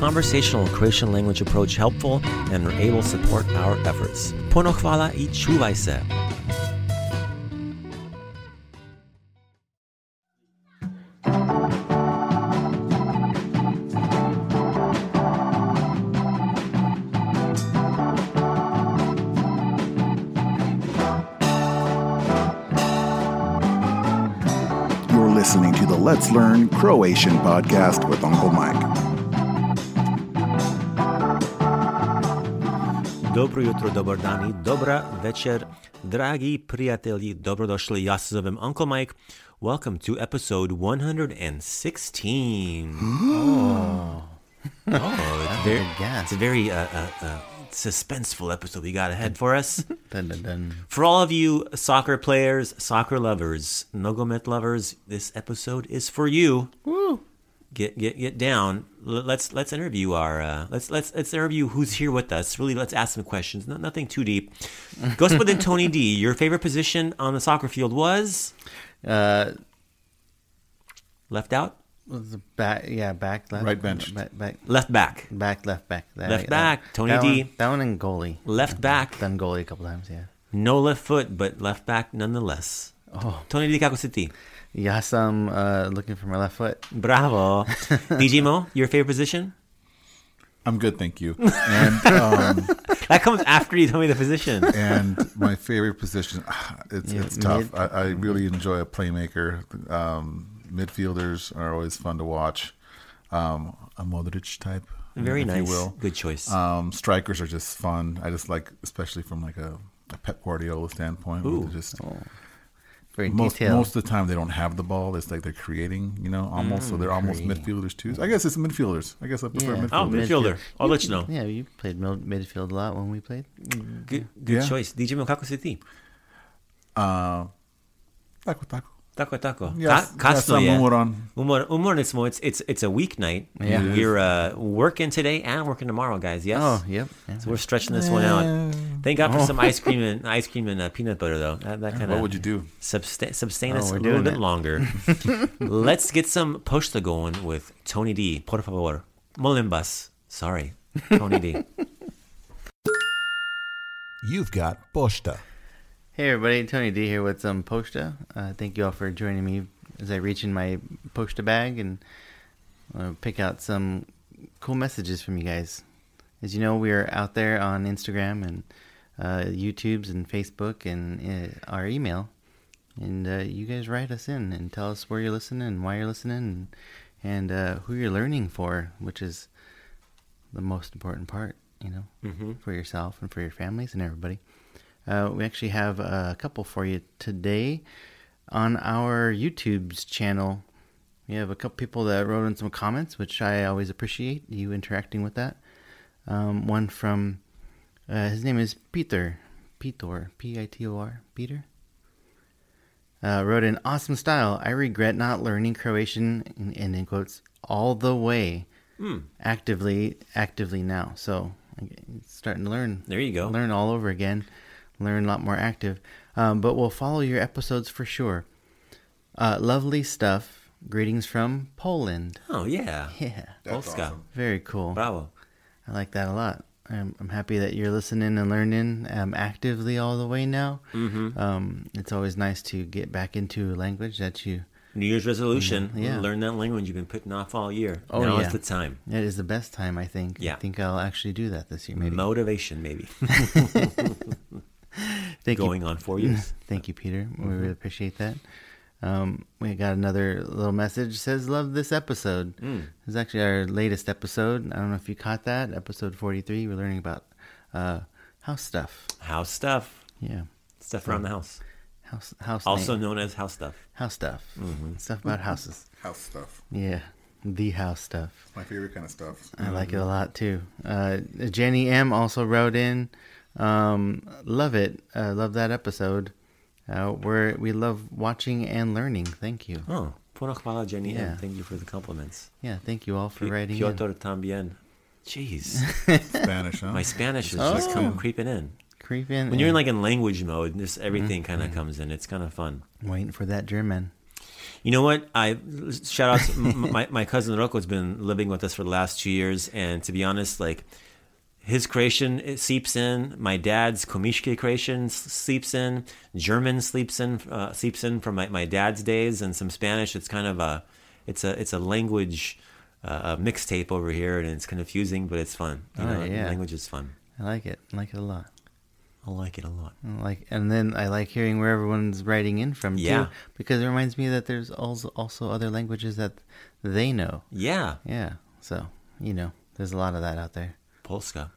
conversational Croatian language approach helpful and are able to support our efforts. Puno hvala i čuvaj se! You're listening to the Let's Learn Croatian podcast with Uncle Mike. Dobro jutro, dobar dan i dobra večer. Dragi prijatelji, dobrodošli. Ja se zovem Uncle Mike. Welcome to episode 116. Oh, it's, very, it's a very uh, uh, uh, suspenseful episode we got ahead for us. Dun, dun, dun. For all of you soccer players, soccer lovers, nogomet lovers, this episode is for you. Woo! Get get get down. L- Let's let's interview our uh, let's let's let's interview who's here with us. Really, let's ask some questions. No, nothing too deep. Gospodin Tony D, your favorite position on the soccer field was Uh, left out, was the back, yeah, back left, Right benched. back, back, left back, back left, back, that, Left back, that- Tony that D. one, that one and goalie, left back. done goalie a couple times, yeah. No left foot, but left back nonetheless. Oh, Tony D, kako si ti? yeah, some uh, looking for my left foot. Bravo. DJ Mo, your favorite position? I'm good, thank you. And, um, That comes after you tell me the position. and my favorite position, it's, Yeah, it's tough. mid- I, I really enjoy a playmaker. Um, midfielders are always fun to watch. Um, a Modric type, Very if nice. you will. Good choice. Um, strikers are just fun. I just like, especially from like a, a Pep Guardiola standpoint. where they're just Oh. Very most detailed. most of the time they don't have the ball. It's like they're creating, you know, almost. Mm, so they're almost midfielders too. I guess it's midfielders. I guess I prefer Yeah. oh, midfielders. midfielder. midfield. I'll let you know. yeah, you played mid- midfield a lot when we played. Good, good Yeah. choice. DJ Mo, kako si ti? Uh, taco taco. Tako, tako. Yes, Ka- yes, kasno I'm je. umoran. Umor, umorni smo. It's, it's, it's a weeknight. Yeah. It is. We're uh, working today and working tomorrow, guys. Yes. Oh, yep. yeah. So we're stretching this one out. Thank God for some ice cream and ice cream and uh, peanut butter, though. That, that kind Oh. What of would you do? Substa- sustain Oh, us a we're little doing bit it. longer. Let's get some posta going with Tony D. Por favor. Molimbas. Sorry, Tony D. You've got Posta. Hey everybody, Tony D here with some Posta. Uh, thank you all for joining me as I reach in my Posta bag and uh, pick out some cool messages from you guys. As you know, we are out there on Instagram and uh, YouTube's and Facebook and uh, our email. And uh, you guys write us in and tell us where you're listening and why you're listening and, and uh, who you're learning for, which is the most important part. you know, for yourself and for your families and everybody. Uh, we actually have a couple for you today on our YouTube's channel. We have a couple people that wrote in some comments, which I always appreciate you interacting with that. Um, one from uh, his name is Peter, Peter, P I T O R, Peter uh, wrote in awesome style. I regret not learning Croatian in, in, in quotes all the way Hmm. actively actively now. So I'm starting to learn. There you go. Learn all over again. Learn a lot more active. Um, but we'll follow your episodes for sure. Uh, lovely stuff. Greetings from Poland. Oh yeah, Yeah, Polska, very cool. bravo. I like that a lot. I'm, I'm happy that you're listening and learning um, actively all the way now. Mm-hmm. Um, it's always nice to get back into a language that you. New Year's resolution: Mm-hmm. Yeah. learn that language you've been putting off all year. Oh, now yeah. is the time. It is the best time, I think. Yeah. I think I'll actually do that this year, maybe. Motivation, maybe Thank going Mm-hmm. on four years. Thank you, Peter. We really appreciate that. Um, we got another little message says, Love this episode. Mm. This is actually our latest episode. I don't know if you caught that. Episode 43. We're learning about uh, house stuff. house stuff, Yeah. stuff around the house, House, house also name. known as house stuff. house stuff. Mm-hmm. Stuff about houses. House stuff. Yeah. The house stuff. My favorite kind of stuff. I like Mm-hmm. it a lot too. Uh, Jenny M also wrote in, um, love it, uh, love that episode. Uh, where we love watching and learning. Thank you. Oh, puno hvala, Jenny. Yeah. and Thank you for the compliments. Yeah, thank you all for Pi- writing. in. Piotr también. Jeez, Spanish, huh? my Spanish Oh. is just come creeping in. Creep in. When you're in like in language mode, just everything kind of comes in. It's kind of fun. waiting for that German. You know what? I shout out. To, m- my my cousin Rocco has been living with us for the last two years, and to be honest, like his creation it seeps in. My dad's Komishke creation s- seeps in. German sleeps in. Uh, seeps in from my, my dad's days, and some Spanish. It's kind of a it's a it's a language uh, a mixtape over here, and it's confusing, but it's fun. You Oh, know, yeah. language is fun. I like it. I like it a lot. I like it a lot. I like, and then I like hearing where everyone's writing in from Yeah. too, because it reminds me that there's also also other languages that they know. Yeah, Yeah. So you know, there's a lot of that out there. Polska.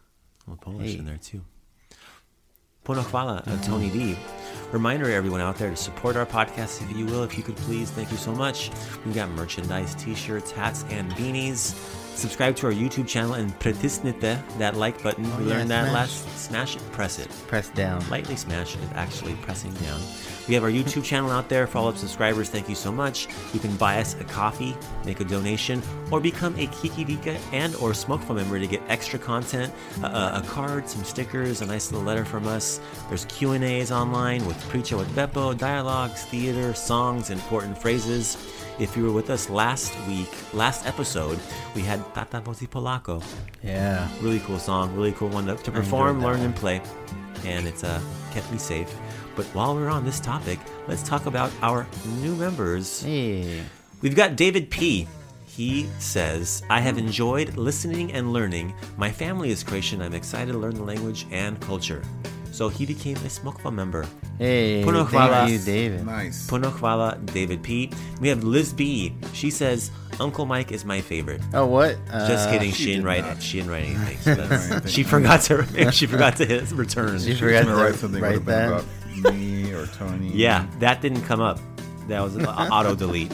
Well, Polish Hey. in there too. Ponochwala, uh, Tony D. Reminder everyone out there to support our podcast if you will, if you could please. Thank you so much. We've got merchandise, t shirts, hats, and beanies. Subscribe to our YouTube channel and pritisnite that like button. we Oh, yeah, learned that smash. last. Smash it, press it Press down. lightly smash is actually pressing down. We have our YouTube channel out there. Follow up subscribers, thank you so much. You can buy us a coffee, make a donation, or become a Kikirika and or Smokeful member to get extra content, a, a- a card, some stickers, a nice little letter from us. There's Q and A's online with Preacher with Beppo, dialogues, theater, songs, important phrases. If you were with us last week, last episode, we had Tata Vozi Polako Yeah. really cool song, really cool one to, to perform, enjoyed that learn, one. and play. And it's uh, kept me safe. But while we're on this topic, let's talk about our new members. Hey. We've got David P. He says, I have enjoyed listening and learning. My family is Croatian. I'm excited to learn the language and culture. So he became a Smokva member. Hey, Puno hvala. thank you, David. nice. Puno hvala, David P. We have Liz B. She says, Uncle Mike is my favorite. Oh, what? Uh, Just kidding. She, she didn't did write. not. She didn't write anything. So that's, anything. she forgot to. Maybe she forgot to hit return. You She was forgot to gonna write something write would that. have been about me or Tony. Yeah, that didn't come up. That was an auto delete.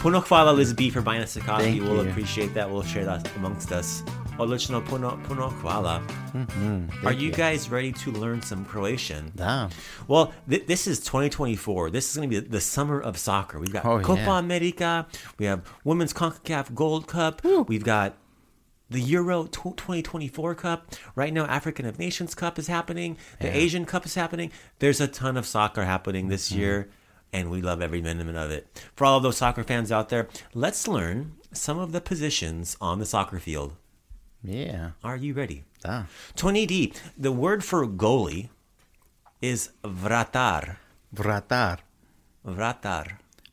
Puno hvala Liz B for buying us a coffee. Thank we'll you. appreciate that. We'll share that amongst us. Odlično, puno, puno hvala. Mm-hmm. Are you guys ready to learn some Croatian? Wow. Well, th- this is 2024. This is going to be the summer of soccer. We've got Oh, Copa yeah. America. We have Women's CONCACAF Gold Cup. We've got the Euro tw 2024 Cup. Right now, African of Nations Cup is happening. The Asian Cup is happening. There's a ton of soccer happening this Mm-hmm. year, and we love every minute of it. For all of those soccer fans out there, let's learn some of the positions on the soccer field. Yeah. Are you ready? Da. Tony D, the word for goalie is vratar. Vratar. Vratar,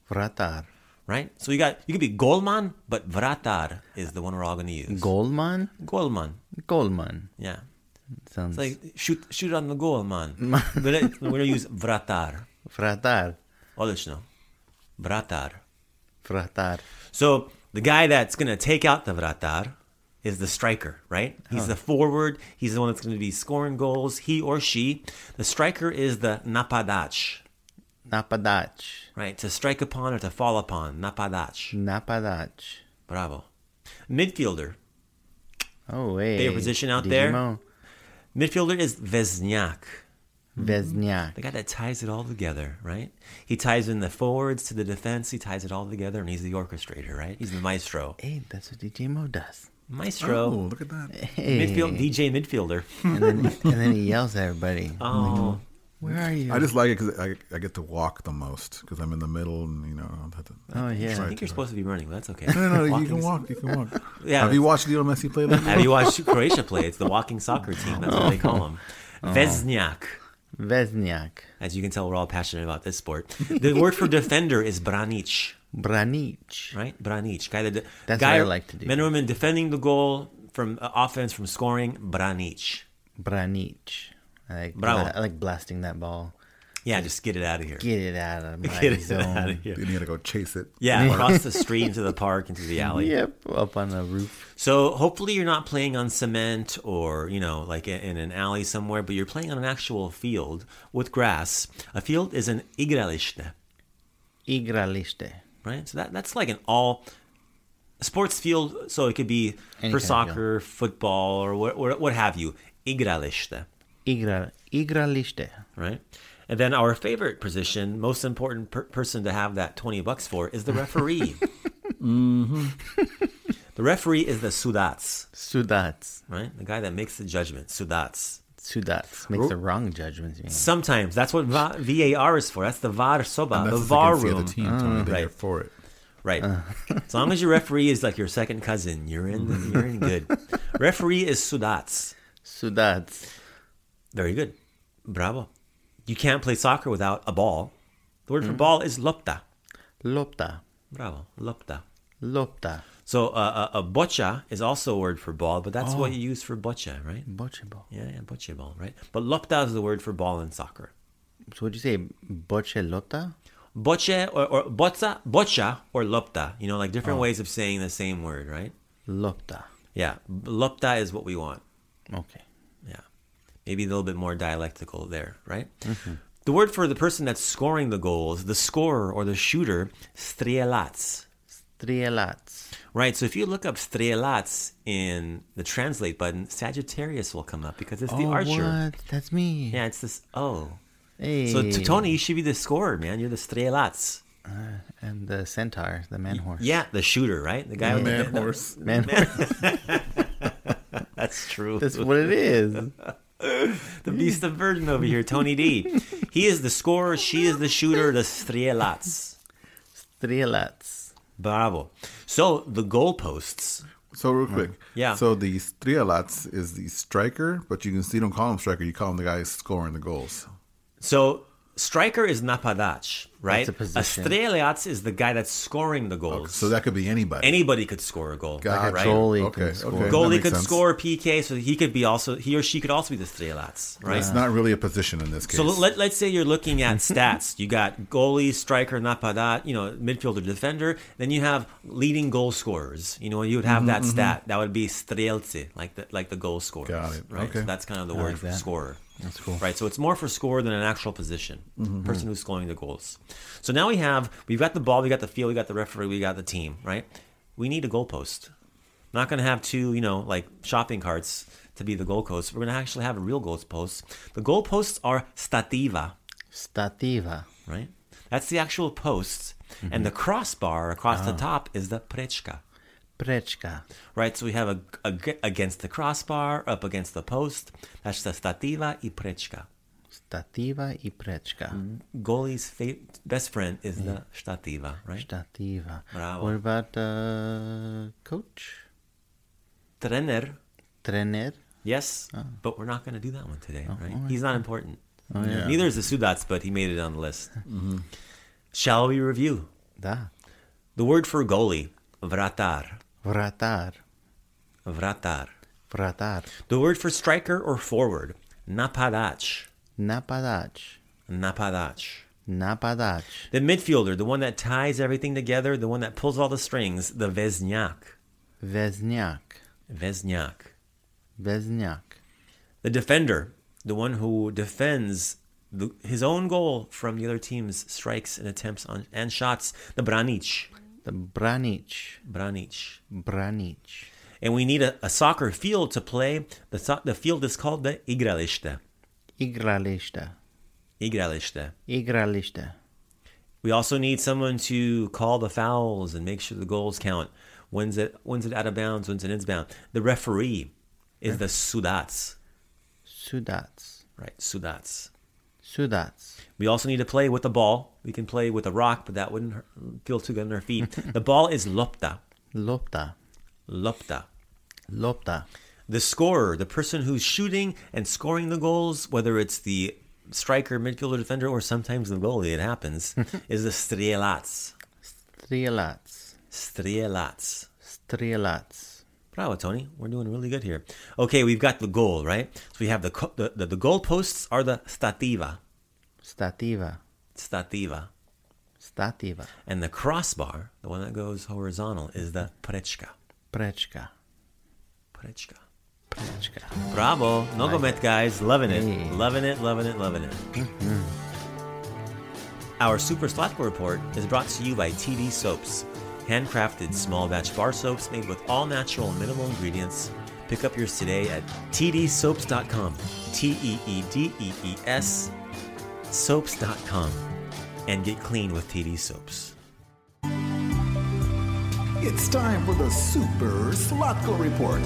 Vratar. right? So you got you could be Golman, but Vratar is the one we're all going to use. Goldman? Golman, Goldman. yeah. Sounds It's like shoot shoot on the goal, man. but it, we're going to use Vratar. Vratar. Odlično. Vratar. Vratar. So the guy that's going to take out the Vratar is the striker, right? He's the forward. He's the one that's going to be scoring goals. He or she. The striker is the napadach, Napadach. right? To strike upon or to fall upon. Napadach. Napadach. Bravo. Midfielder. Oh, wait. Favorite position out Digimon. Midfielder is Vezniak. Mm-hmm. Vezniak. The guy that ties it all together, right? He ties in the forwards to the defense. He ties it all together, and he's the orchestrator, right? He's the maestro. Hey, that's what DJ Mo does. Maestro. Oh, look at that. Hey. Midfield DJ midfielder. and, then, and then he yells at everybody. Oh, Where are you? I just like it because I, I get to walk the most because I'm in the middle and, you know. I don't have to- oh, yeah. I think you're supposed to be running, but that's okay. No, no, no, you Walking can is- walk. You can walk. Yeah, Have you that's- watched Leo Messi play lately? Have you watched Croatia play? It's the walking soccer team. That's what they call them. Veznjak. Vezniak. As you can tell, we're all passionate about this sport. The word for defender is branic, Branic. right? Branic. Guy that de- That's guy, what I like to do. Men and women defending the goal from uh, offense from scoring. Branic. Branic. I like, Bravo. bla- I like blasting that ball. Yeah, just get it out of here. Get it out of my Get it zone. out of here. You need to go chase it. Yeah, across the street into the park, into the alley. Yep, up on the roof. So hopefully you're not playing on cement or you know like i- in an alley somewhere, but you're playing on an actual field with grass. A field is an igralište, Igraliste. right? So that that's like an all sports field. So it could be Any kind for of soccer, football, or what, what what have you. Igralište, Igra, igraliste. right? And then our favorite position, most important per- person to have that twenty bucks for, is the referee. Mm-hmm. Mm-hmm. the referee is the sudats, Sudats. right? The guy that makes the judgment, sudats. Sudats. Makes the wrong judgments. Man. Sometimes that's what Va- VAR is for. That's the VAR soba, That's the against VAR the room. Mm, other team, Uh. Tony. They're right. for it. Right. as long as your referee is like your second cousin, you're Mm-hmm. in. You're in good. referee is sudats. Sudats. Very good. Bravo. You can't play soccer without a ball. The Mm-hmm. word for ball is lopta. Lopta. Bravo. Lopta. Lopta. So uh, a, a bocha is also a word for ball, but that's what you use for bocha, right? Bochebo. Yeah, yeah, bocha ball, right? But lopta is the word for ball in soccer. So what'd you say? Boche lopta? boche or, or botza, bocha or lopta. You know, like different ways of saying the same word, right? Lopta. Yeah, lopta is what we want. Okay. Yeah, maybe a little bit more dialectical there, right? The word for the person that's scoring the goals, the scorer or the shooter, strelats. Trielats. Right, so if you look up strelats in the translate button, Sagittarius will come up because it's the archer. Oh, What? That's me. Yeah, it's this O. Hey. So to Tony, you should be the scorer, man. You're the strelats. And the centaur, the man horse. Yeah, the shooter, right? The guy with the, Man, horse. Man horse. That's true. That's what it is. the beast of burden over here, Tony D. He is the scorer, she is the shooter, the strelats. Trielats. Bravo. So the goalposts. So real quick, Uh, Yeah. So the Strialats is the striker, but you can see you don't call him striker. You call him the guy scoring the goals. So striker is napadac, right? That's a position. strelats is the guy that's scoring the goals. So that could be anybody. anybody could score a goal, Gotcha. Ah, right? goalie Okay, can okay, score. that Goalie makes could sense. score PK, so he could be also he or she could also be the strelats, right? It's not really a position in this case. So let, let's say you're looking at stats. You got goalie, striker, napadat, you know, midfielder, defender. Then you have leading goal scorers. You know, you would have Mm-hmm, that stat. That would be strelce, like the like the goal scorer. Got it. Right. So Okay. that's kind of the word for that. scorer. That's cool. Mm-hmm. Right. So it's more for scorer than an actual position. Person who's scoring the goals. So now we have we've got the ball, we got the field, we got the referee, we got the team. Right. We need a goalpost. Not going to have two, you know, like shopping carts to be the goalposts. We're going to actually have a real goalpost. The goalposts are stativa, Stativa. right? That's the actual posts, Mm-hmm. and the crossbar across Ah. the top is the prechka, Prechka. right? So we have a, a g- against the crossbar, up against the post. That's the stativa y prechka. Stativa i prechka. Goalie's fa- best friend is the stativa, right? Stativa. Bravo. What about uh, coach? Trener, Trener? yes, but we're not going to do that one today, right? He's not important. yeah. Neither is the Sudats, but he made it on the list. Shall we review? Da. The word for goalie, vratar, Vratar. vratar. Vratar. The word for striker or forward, napadac, Napadac. napadac. Napadac. The midfielder, the one that ties everything together, the one that pulls all the strings, the vezniak. Vezniak. Vesnyak. Vesnyak. The defender, the one who defends the, his own goal from the other team's strikes and attempts on and shots, the Branic. The Branic. Branic. Branic. And we need a, a soccer field to play. The, so- the field is called the Igralista. Igralista. Igralista. Igralista. We also need someone to call the fouls and make sure the goals count. When's it, when's it out of bounds? When's it inbounds? The referee is the Sudats. Sudats. Right, Sudats. Sudats. We also need to play with the ball. We can play with a rock, but that wouldn't hurt- feel too good on our feet. the ball is Lopta. Lopta. Lopta. Lopta. The scorer, the person who's shooting and scoring the goals, whether it's the striker, midfielder, defender, or sometimes the goalie, it happens, is the Strelats. Strielats. Strelats. Strielats. Bravo, Tony. We're doing really good here. Okay, we've got the goal, right? So we have the co- the, the, the goal posts are the stativa, Stativa. stativa, Stativa. and the crossbar, the one that goes horizontal, is the prechka, Prechka. prechka. Prechka. Bravo, no gomet, guys. Loving it, Hey. Mm-hmm. loving it, loving it, loving it. Our Super Slotko Report is brought to you by TD Soaps, handcrafted small batch bar soaps made with all natural and minimal ingredients. Pick up yours today at tdsoaps.com. T E E D E E S soaps.com and get clean with TD Soaps. It's time for the Super Slotko Report.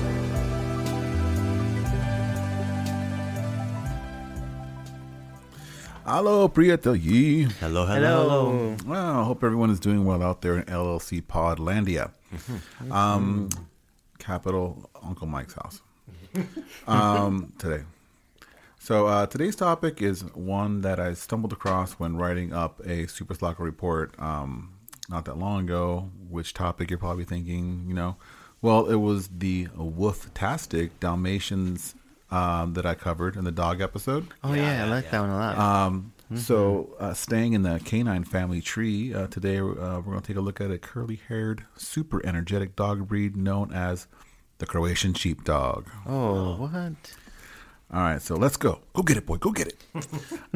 Hello, Prieto Yee. Hello, hello, Hello. hello. Well, I hope everyone is doing well out there in LLC Podlandia, um, capital Uncle Mike's house um, today. So uh, today's topic is one that I stumbled across when writing up a Super Slacker report um, not that long ago. Which topic you're probably thinking, you know? Well, it was the woof-tastic Dalmatians um, that I covered in the dog episode. Oh, yeah, Uh, I like that one a lot. So, uh, staying in the canine family tree, uh, today uh, we're going to take a look at a curly haired, super energetic dog breed known as the Croatian Sheepdog. oh, what? All right, so let's go. Go get it, boy. Go get it.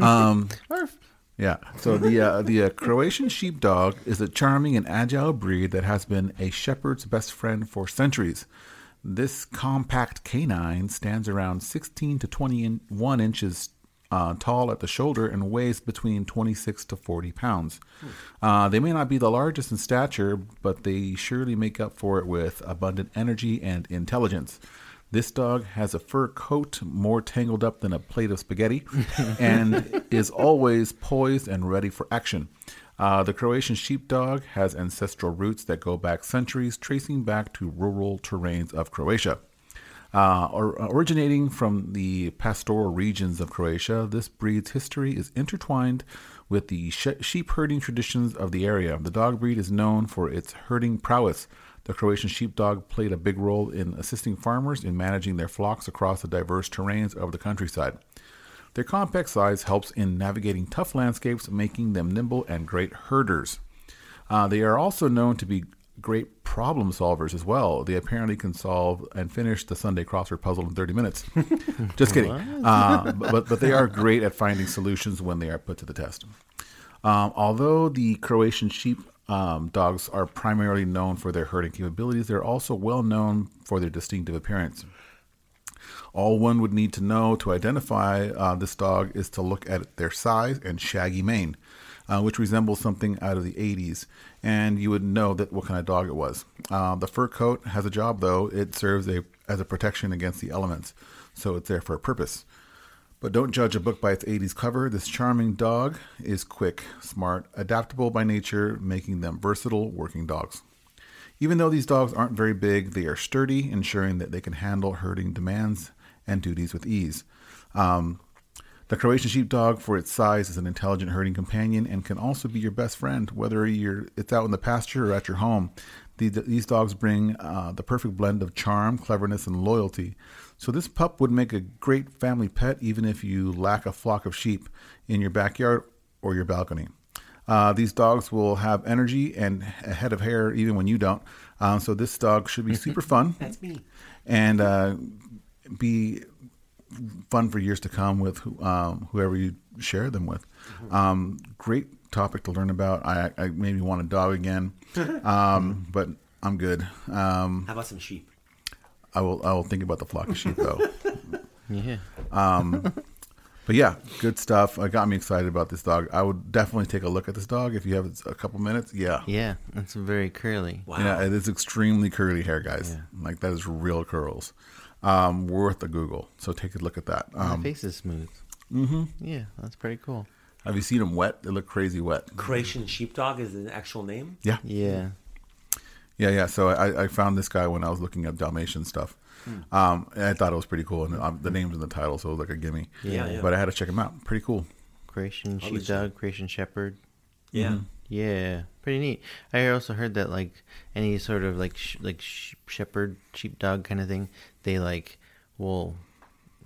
Arf. Yeah. So the uh, the uh, Croatian sheepdog is a charming and agile breed that has been a shepherd's best friend for centuries. This compact canine stands around 16 to 21 inches uh, tall at the shoulder and weighs between 26 to 40 pounds. Uh, they may not be the largest in stature, but they surely make up for it with abundant energy and intelligence. This dog has a fur coat more tangled up than a plate of spaghetti and is always poised and ready for action. Uh, the Croatian sheepdog has ancestral roots that go back centuries, tracing back to rural terrains of Croatia. Uh, or, originating from the pastoral regions of Croatia, this breed's history is intertwined with the she- sheep herding traditions of the area. The dog breed is known for its herding prowess. The Croatian sheepdog played a big role in assisting farmers in managing their flocks across the diverse terrains of the countryside. Their compact size helps in navigating tough landscapes, making them nimble and great herders. Uh, they are also known to be great problem solvers as well. They apparently can solve and finish the Sunday crossword puzzle in 30 minutes. Just kidding. Uh, but, but they are great at finding solutions when they are put to the test. Um, although the Croatian sheep um, dogs are primarily known for their herding capabilities, they're also well known for their distinctive appearance. All one would need to know to identify uh, this dog is to look at their size and shaggy mane, uh, which resembles something out of the 80s, and you would know that what kind of dog it was. Uh, the fur coat has a job though; it serves a, as a protection against the elements, so it's there for a purpose. But don't judge a book by its 80s cover. This charming dog is quick, smart, adaptable by nature, making them versatile working dogs. Even though these dogs aren't very big, they are sturdy, ensuring that they can handle herding demands and duties with ease. Um, the Croatian sheepdog, for its size, is an intelligent herding companion and can also be your best friend, whether you're it's out in the pasture or at your home. The, these dogs bring uh, the perfect blend of charm, cleverness, and loyalty. So this pup would make a great family pet, even if you lack a flock of sheep in your backyard or your balcony. Uh, these dogs will have energy and a head of hair even when you don't. Um, so this dog should be super fun. That's me. And uh, be fun for years to come with who- um, whoever you share them with. Um, great topic to learn about. I, I maybe want a dog again, um, but I'm good. Um, How about some sheep? I will. I will think about the flock of sheep though. Yeah. But yeah, good stuff. It got me excited about this dog. I would definitely take a look at this dog if you have a couple minutes. Yeah. Yeah. That's very curly. Wow. Yeah, it is extremely curly hair, guys. Like that is real curls. Um, worth a Google. So take a look at that. My Um, face is smooth. Mm-hmm. Yeah. That's pretty cool. have you seen them wet? They look crazy wet. Croatian sheepdog is an actual name. Yeah, Yeah. yeah, yeah. So I, I found this guy when I was looking up Dalmatian stuff. Hmm. Um, and I thought it was pretty cool, and um, the name's in the title, so it was like a gimme. Yeah, yeah. But I had to check him out. Pretty cool. Croatian Holy sheepdog, Croatian shepherd. Yeah. Yeah, pretty neat. I also heard that like any sort of like sh- like sh- shepherd, sheepdog kind of thing, they like will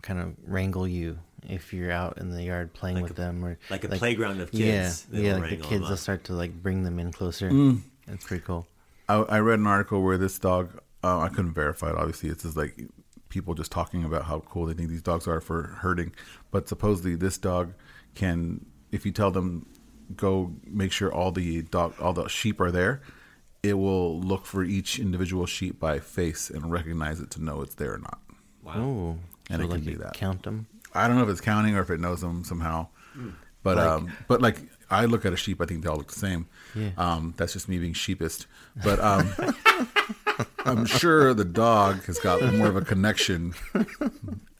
kind of wrangle you if you're out in the yard playing with them or like a playground of kids, Yeah, they yeah, will like the wrangle kids them will up. start to like bring them in closer. Hmm. That's pretty cool. I, I read an article where this dog, uh, I couldn't verify it. Obviously, it's just like people just talking about how cool they think these dogs are for herding. But supposedly, this dog can, if you tell them, go make sure all the dog, all the sheep are there, it will look for each individual sheep by face and recognize it to know it's there or not. Wow. Oh, And it can like do you that. Count them. I don't know if it's counting or if it knows them somehow. Hmm. But um, but like I look at a sheep, I think they all look the same. Yeah. Um, that's just me being sheepist. But um, I'm sure the dog has got more of a connection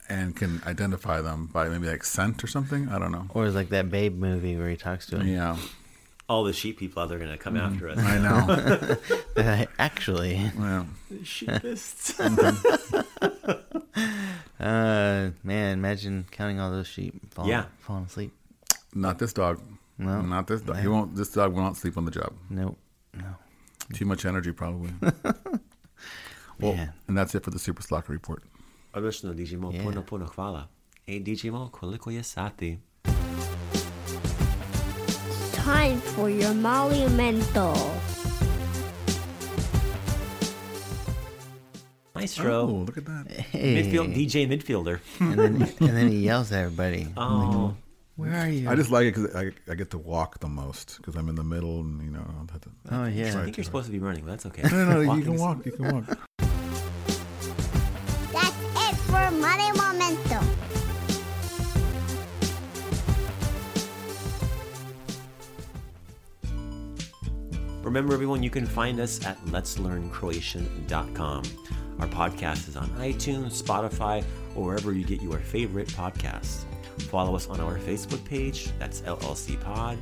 and can identify them by maybe like scent or something. I don't know. Or it's like that Babe movie where he talks to him. Yeah, All the sheep people out there are going to come Mm-hmm. after us. I know. Actually, yeah. Sheepists. uh, man, imagine counting all those sheep falling, Yeah. falling asleep. Not this dog. No. Not this dog. He won't. This dog will not sleep on the job. Nope. No. Too much energy, probably. well, Man. and that's it for the Super Slacker report. Odlično, Digimo, Yeah. puno, puno hvala. Ej, Digimo, koliko je sati? Time for your monumental. Maestro. Oh, look at that. Midfield, DJ midfielder. and then and then he yells at everybody. Oh, Where are you? I just like it because I, I get to walk the most because I'm in the middle and you know. I don't have to- oh yeah. I think you're supposed to be running, but that's okay. No, no, no you Walking can is- walk. You can walk. That's it for monumental. Remember, everyone, you can find us at letslearncroatian.com. Our podcast is on iTunes, Spotify, or wherever you get your favorite podcasts. Follow us on our Facebook page, that's LLC Pod.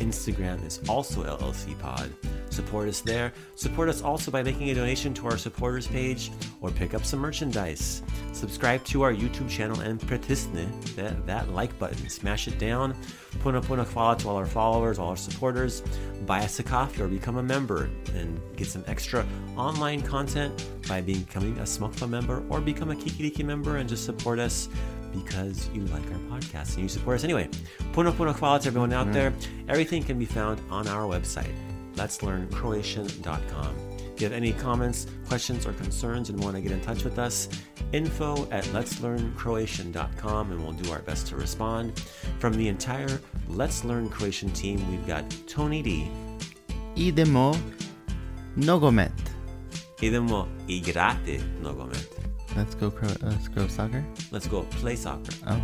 Instagram is also LLC Pod. Support us there. Support us also by making a donation to our supporters page or pick up some merchandise. Subscribe to our YouTube channel and pritisne that, that like button. Smash it down. Puna puna hvala to all our followers, all our supporters. Buy us a coffee or become a member and get some extra online content by becoming a Smokfa member or become a Kikiriki member and just support us because you like our podcast and you support us anyway. Puna puna hvala to everyone out there. Everything can be found on our website, letslearncroatian.com. If you have any comments, questions, or concerns and want to get in touch with us, info at letslearncroatian.com and we'll do our best to respond. From the entire Let's Learn Croatian team, we've got Tony D. Idemo nogomet. Idemo igrati nogomet. Let's go. Cro- let's go soccer. Let's go play soccer. Oh.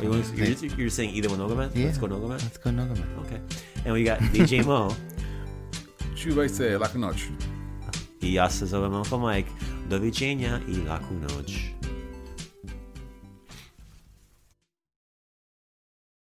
You want- you're, you're saying idemo nogomet? Yeah. Let's go nogomet? Let's go nogomet. Okay. And we got DJ Mo. Should I say like a notch? I ja se zovem Alpha Mike. Doviđenja i laku noć.